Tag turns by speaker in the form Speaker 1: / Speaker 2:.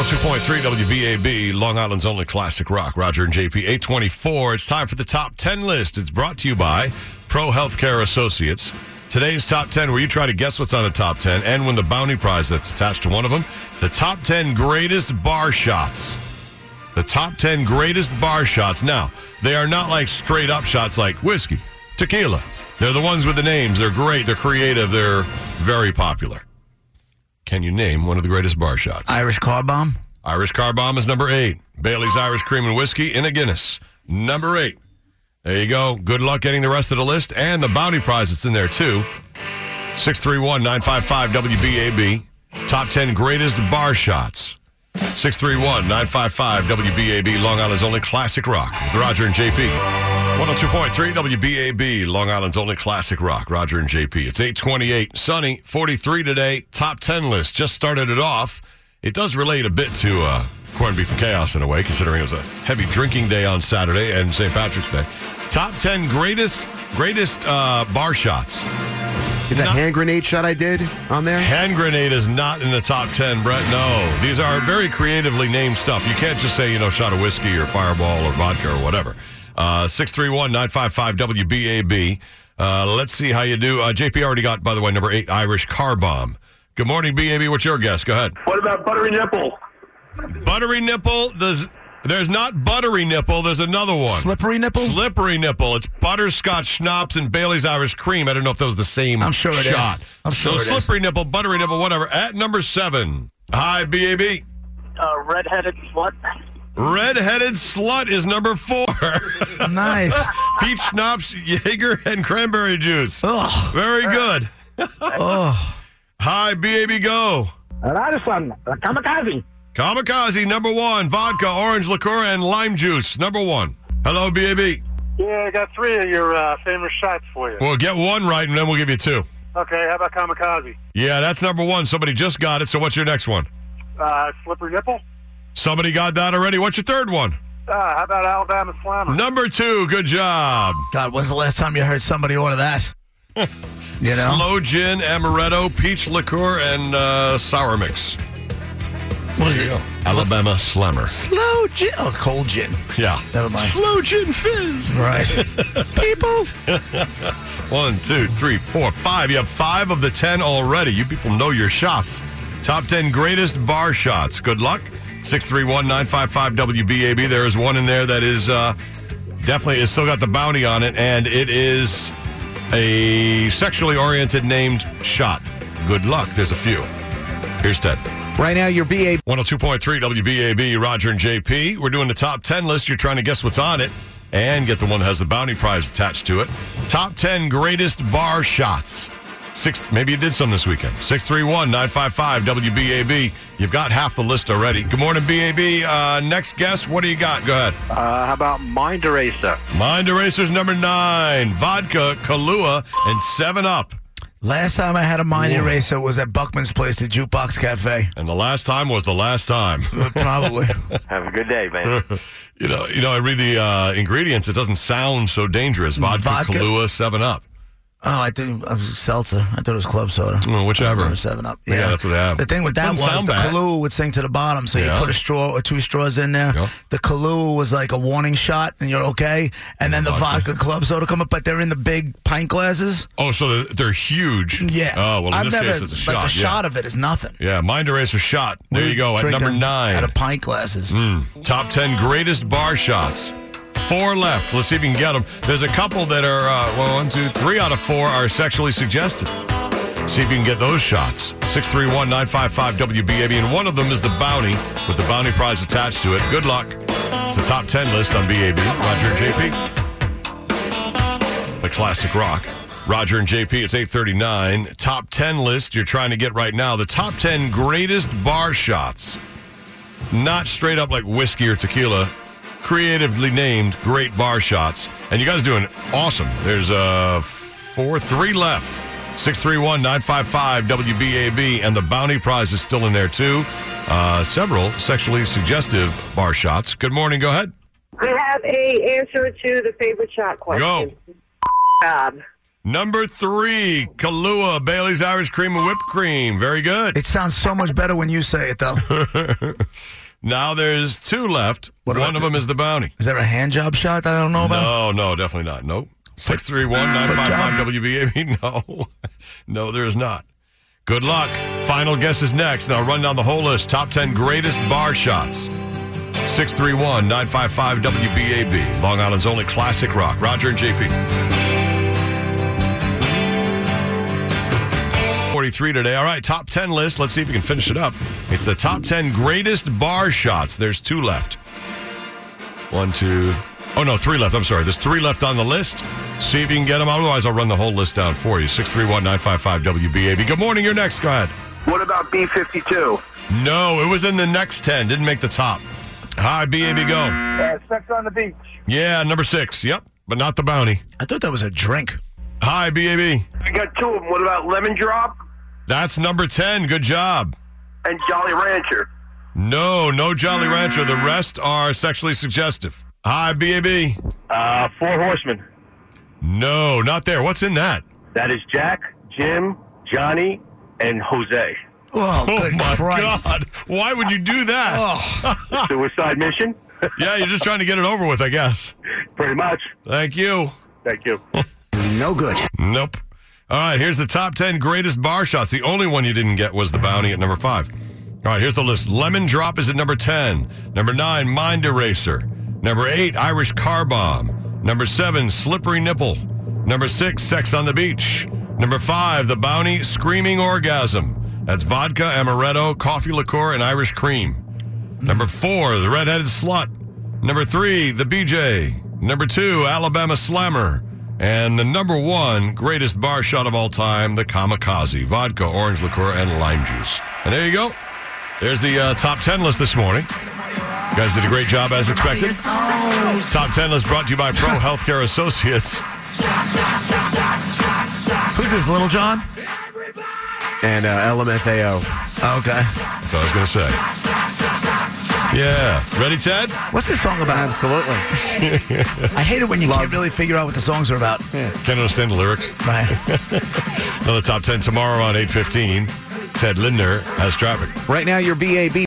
Speaker 1: 102.3 WBAB, Long Island's only classic rock. Roger and JP, 824. It's time for the top 10 list. It's brought to you by Pro Healthcare Associates. Today's top 10, where you try to guess what's on the top 10 and win the bounty prize that's attached to one of them. The top 10 greatest bar shots. The top 10 greatest bar shots. Now, they are not like straight up shots like whiskey, tequila. They're the ones with the names. They're great. They're creative. They're very popular. Can you name one of the greatest bar shots?
Speaker 2: Irish car bomb.
Speaker 1: Irish Car Bomb is number eight. Bailey's Irish Cream and Whiskey in a Guinness. Number eight. There you go. Good luck getting the rest of the list and the bounty prize that's in there, too. 631 955 WBAB. Top 10 greatest bar shots. 631 955 WBAB. Long Island's only classic rock with Roger and JP. 102.3 WBAB. Long Island's only classic rock. Roger and JP. It's 828. Sunny, 43 today. Top 10 list. Just started it off. It does relate a bit to uh, corned beef and chaos in a way, considering it was a heavy drinking day on Saturday and St. Patrick's Day. Top ten greatest greatest uh, bar shots.
Speaker 3: Is that
Speaker 1: Not-
Speaker 3: hand grenade shot I did on there?
Speaker 1: Hand grenade is not in the top ten, Brett. No, these are very creatively named stuff. You can't just say you know shot of whiskey or fireball or vodka or whatever. Uh, Six three one nine five five WBAB. Uh, let's see how you do. Uh, JP already got, by the way, number eight Irish car bomb. Good morning, BAB. What's your guess? Go ahead.
Speaker 4: What about buttery nipple?
Speaker 1: Buttery nipple. There's there's not buttery nipple. There's another one.
Speaker 2: Slippery nipple.
Speaker 1: Slippery nipple. It's butterscotch schnapps and Bailey's Irish cream. I don't know if that was the same.
Speaker 2: I'm sure it is.
Speaker 1: shot.
Speaker 2: I'm sure
Speaker 1: So
Speaker 2: it is.
Speaker 1: slippery nipple, buttery nipple, whatever. At number seven. Hi, BAB.
Speaker 4: Uh, redheaded slut.
Speaker 1: Red-headed slut is number four.
Speaker 2: nice.
Speaker 1: Peach schnapps, Jaeger, and cranberry juice.
Speaker 2: Ugh.
Speaker 1: Very good.
Speaker 2: Oh.
Speaker 1: Hi, BAB. Go.
Speaker 4: Radisson, kamikaze.
Speaker 1: Kamikaze number one. Vodka, orange liqueur, and lime juice number one. Hello, BAB.
Speaker 5: Yeah, I got three of your uh, famous shots for you.
Speaker 1: Well, get one right, and then we'll give you two.
Speaker 5: Okay, how about kamikaze?
Speaker 1: Yeah, that's number one. Somebody just got it. So what's your next one?
Speaker 5: Uh, slippery nipple?
Speaker 1: Somebody got that already. What's your third one?
Speaker 5: Uh, how about Alabama slammer?
Speaker 1: Number two. Good job.
Speaker 2: God, when's the last time you heard somebody order that? You know?
Speaker 1: Slow gin, amaretto, peach liqueur, and uh, sour mix.
Speaker 2: What is it?
Speaker 1: Alabama Slammer.
Speaker 2: Slow gin. Oh, cold gin.
Speaker 1: Yeah.
Speaker 2: Never mind.
Speaker 1: Slow gin fizz.
Speaker 2: Right. People.
Speaker 1: One, two, three, four, five. You have five of the ten already. You people know your shots. Top ten greatest bar shots. Good luck. 631-955-WBAB. There is one in there that is uh, definitely it's still got the bounty on it, and it is a sexually oriented named shot. Good luck. There's a few. Here's ten.
Speaker 6: Right now, your BA
Speaker 1: 102.3 WBAB, Roger and JP. We're doing the top 10 list. You're trying to guess what's on it and get the one that has the bounty prize attached to it. Top 10 greatest bar shots. Six, maybe you did some this weekend. 631 955 WBAB. You've got half the list already. Good morning, BAB. Uh, next guess, what do you got? Go ahead.
Speaker 7: Uh, how about Mind Eraser?
Speaker 1: Mind Erasers number nine vodka, Kahlua, and 7 Up.
Speaker 2: Last time I had a mind eraser was at Buckman's place, the Jukebox Cafe.
Speaker 1: And the last time was the last time.
Speaker 2: Probably.
Speaker 7: Have a good day, man.
Speaker 1: You know, you know. I read the uh, ingredients. It doesn't sound so dangerous. Vodka,
Speaker 2: Vodka?
Speaker 1: Kahlua, Seven Up.
Speaker 2: Oh, I think it was seltzer. I thought it was club soda.
Speaker 1: Well, whichever.
Speaker 2: Or seven up.
Speaker 1: Yeah,
Speaker 2: Yeah.
Speaker 1: that's what they have.
Speaker 2: The thing with that
Speaker 1: Doesn't
Speaker 2: was
Speaker 1: sound
Speaker 2: the
Speaker 1: bad.
Speaker 2: Kahlua would sink to the bottom, so
Speaker 1: Yeah.
Speaker 2: you put a straw or two straws in there.
Speaker 1: Yeah.
Speaker 2: The Kahlua was like a warning shot, and you're okay. And then the
Speaker 1: vodka.
Speaker 2: vodka club soda come up, but they're in the big pint glasses.
Speaker 1: Oh, so they're, they're huge.
Speaker 2: Yeah.
Speaker 1: Oh well, in
Speaker 2: I've
Speaker 1: this
Speaker 2: never,
Speaker 1: case, it's a shot.
Speaker 2: Like
Speaker 1: yeah.
Speaker 2: a shot of it is nothing.
Speaker 1: Yeah, mind eraser shot. There
Speaker 2: We
Speaker 1: you go. At
Speaker 2: drink
Speaker 1: number
Speaker 2: them
Speaker 1: nine, Hmm.
Speaker 2: Out of pint glasses.
Speaker 1: top ten greatest bar shots. Four left. Let's see if you can get them. There's a couple that are uh, well, one, two, three out of four are sexually suggested. See if you can get those shots. 631 955 WBAB. And one of them is the bounty with the bounty prize attached to it. Good luck. It's the top 10 list on BAB. Roger and JP. The classic rock. Roger and JP, it's 839. Top 10 list you're trying to get right now. The top 10 greatest bar shots. Not straight up like whiskey or tequila. Creatively named great bar shots. And you guys are doing awesome. There's uh, four, three left. 631 955 WBAB, and the bounty prize is still in there too. Uh, several sexually suggestive bar shots. Good morning. Go ahead.
Speaker 8: I have a answer to the favorite shot question.
Speaker 1: Go.
Speaker 8: Bob.
Speaker 1: Number three, Kahlua, Bailey's Irish Cream and Whipped Cream. Very good.
Speaker 2: It sounds so much better when you say it, though.
Speaker 1: Now there's two left.
Speaker 2: What about
Speaker 1: One of them is the bounty.
Speaker 2: Is there a hand job shot that I don't know about?
Speaker 1: No, no, definitely not. Nope. 631-955-WBAB. No. No, there is not. Good luck. Final guess is next. Now run down the whole list. Top 10 greatest bar shots. 631-955-WBAB. Long Island's only classic rock. Roger and JP. 43 today. All right, top 10 list. Let's see if we can finish it up. It's the top 10 greatest bar shots. There's two left. One, two. Oh, no, three left. I'm sorry. There's three left on the list. See if you can get them. Otherwise, I'll run the whole list down for you. 631 955 WBAB. Good morning. You're next. Go ahead.
Speaker 4: What about B fifty two?
Speaker 1: No, it was in the next 10. Didn't make the top. Hi, BAB, go.
Speaker 5: Uh, sex on the beach.
Speaker 1: Yeah, number six. Yep, but not the bounty.
Speaker 2: I thought that was a drink.
Speaker 1: Hi, BAB.
Speaker 4: I got two of them. What about Lemon Drop
Speaker 1: That's number 10. Good job.
Speaker 4: and Jolly Rancher?
Speaker 1: No, no Jolly Rancher. The rest are sexually suggestive. Hi, BAB.
Speaker 7: Uh, Four Horsemen.
Speaker 1: No, not there. What's in that?
Speaker 7: That is Jack, Jim, Johnny, and Jose.
Speaker 1: Oh,
Speaker 2: Oh, good
Speaker 1: my
Speaker 2: Christ. Oh,
Speaker 1: God. Why would you do that?
Speaker 7: Suicide Mission?
Speaker 1: Yeah, you're just trying to get it over with, I guess.
Speaker 7: Pretty much.
Speaker 1: Thank you.
Speaker 7: Thank you.
Speaker 3: No good.
Speaker 1: Nope. All right, here's the top 10 greatest bar shots. The only one you didn't get was the bounty at number five. All right, here's the list Lemon Drop is at number 10. Number nine, Mind Eraser. Number eight, Irish Car Bomb. Number seven, Slippery Nipple. Number six, Sex on the Beach. Number five, The Bounty Screaming Orgasm. That's vodka, amaretto, coffee liqueur, and Irish cream. Number four, the redheaded slut. Number three, the BJ. Number two, Alabama Slammer. And the number one greatest bar shot of all time, the Kamikaze. Vodka, orange liqueur, and lime juice. And there you go. There's the uh, top 10 list this morning. You guys did a great job as expected. Top 10 list brought to you by Pro Healthcare Associates.
Speaker 2: Who's this, Little John?
Speaker 3: And uh, LMFAO.
Speaker 2: Okay.
Speaker 1: That's all I was going to say. Yeah. Ready, Ted?
Speaker 2: What's this song about?
Speaker 3: Absolutely.
Speaker 2: I hate it when you can't really figure out what the songs are about.
Speaker 1: Can't understand the lyrics.
Speaker 2: Right.
Speaker 1: Another top 10 tomorrow on 815. Ted Lindner has traffic.
Speaker 3: Right now, your BAB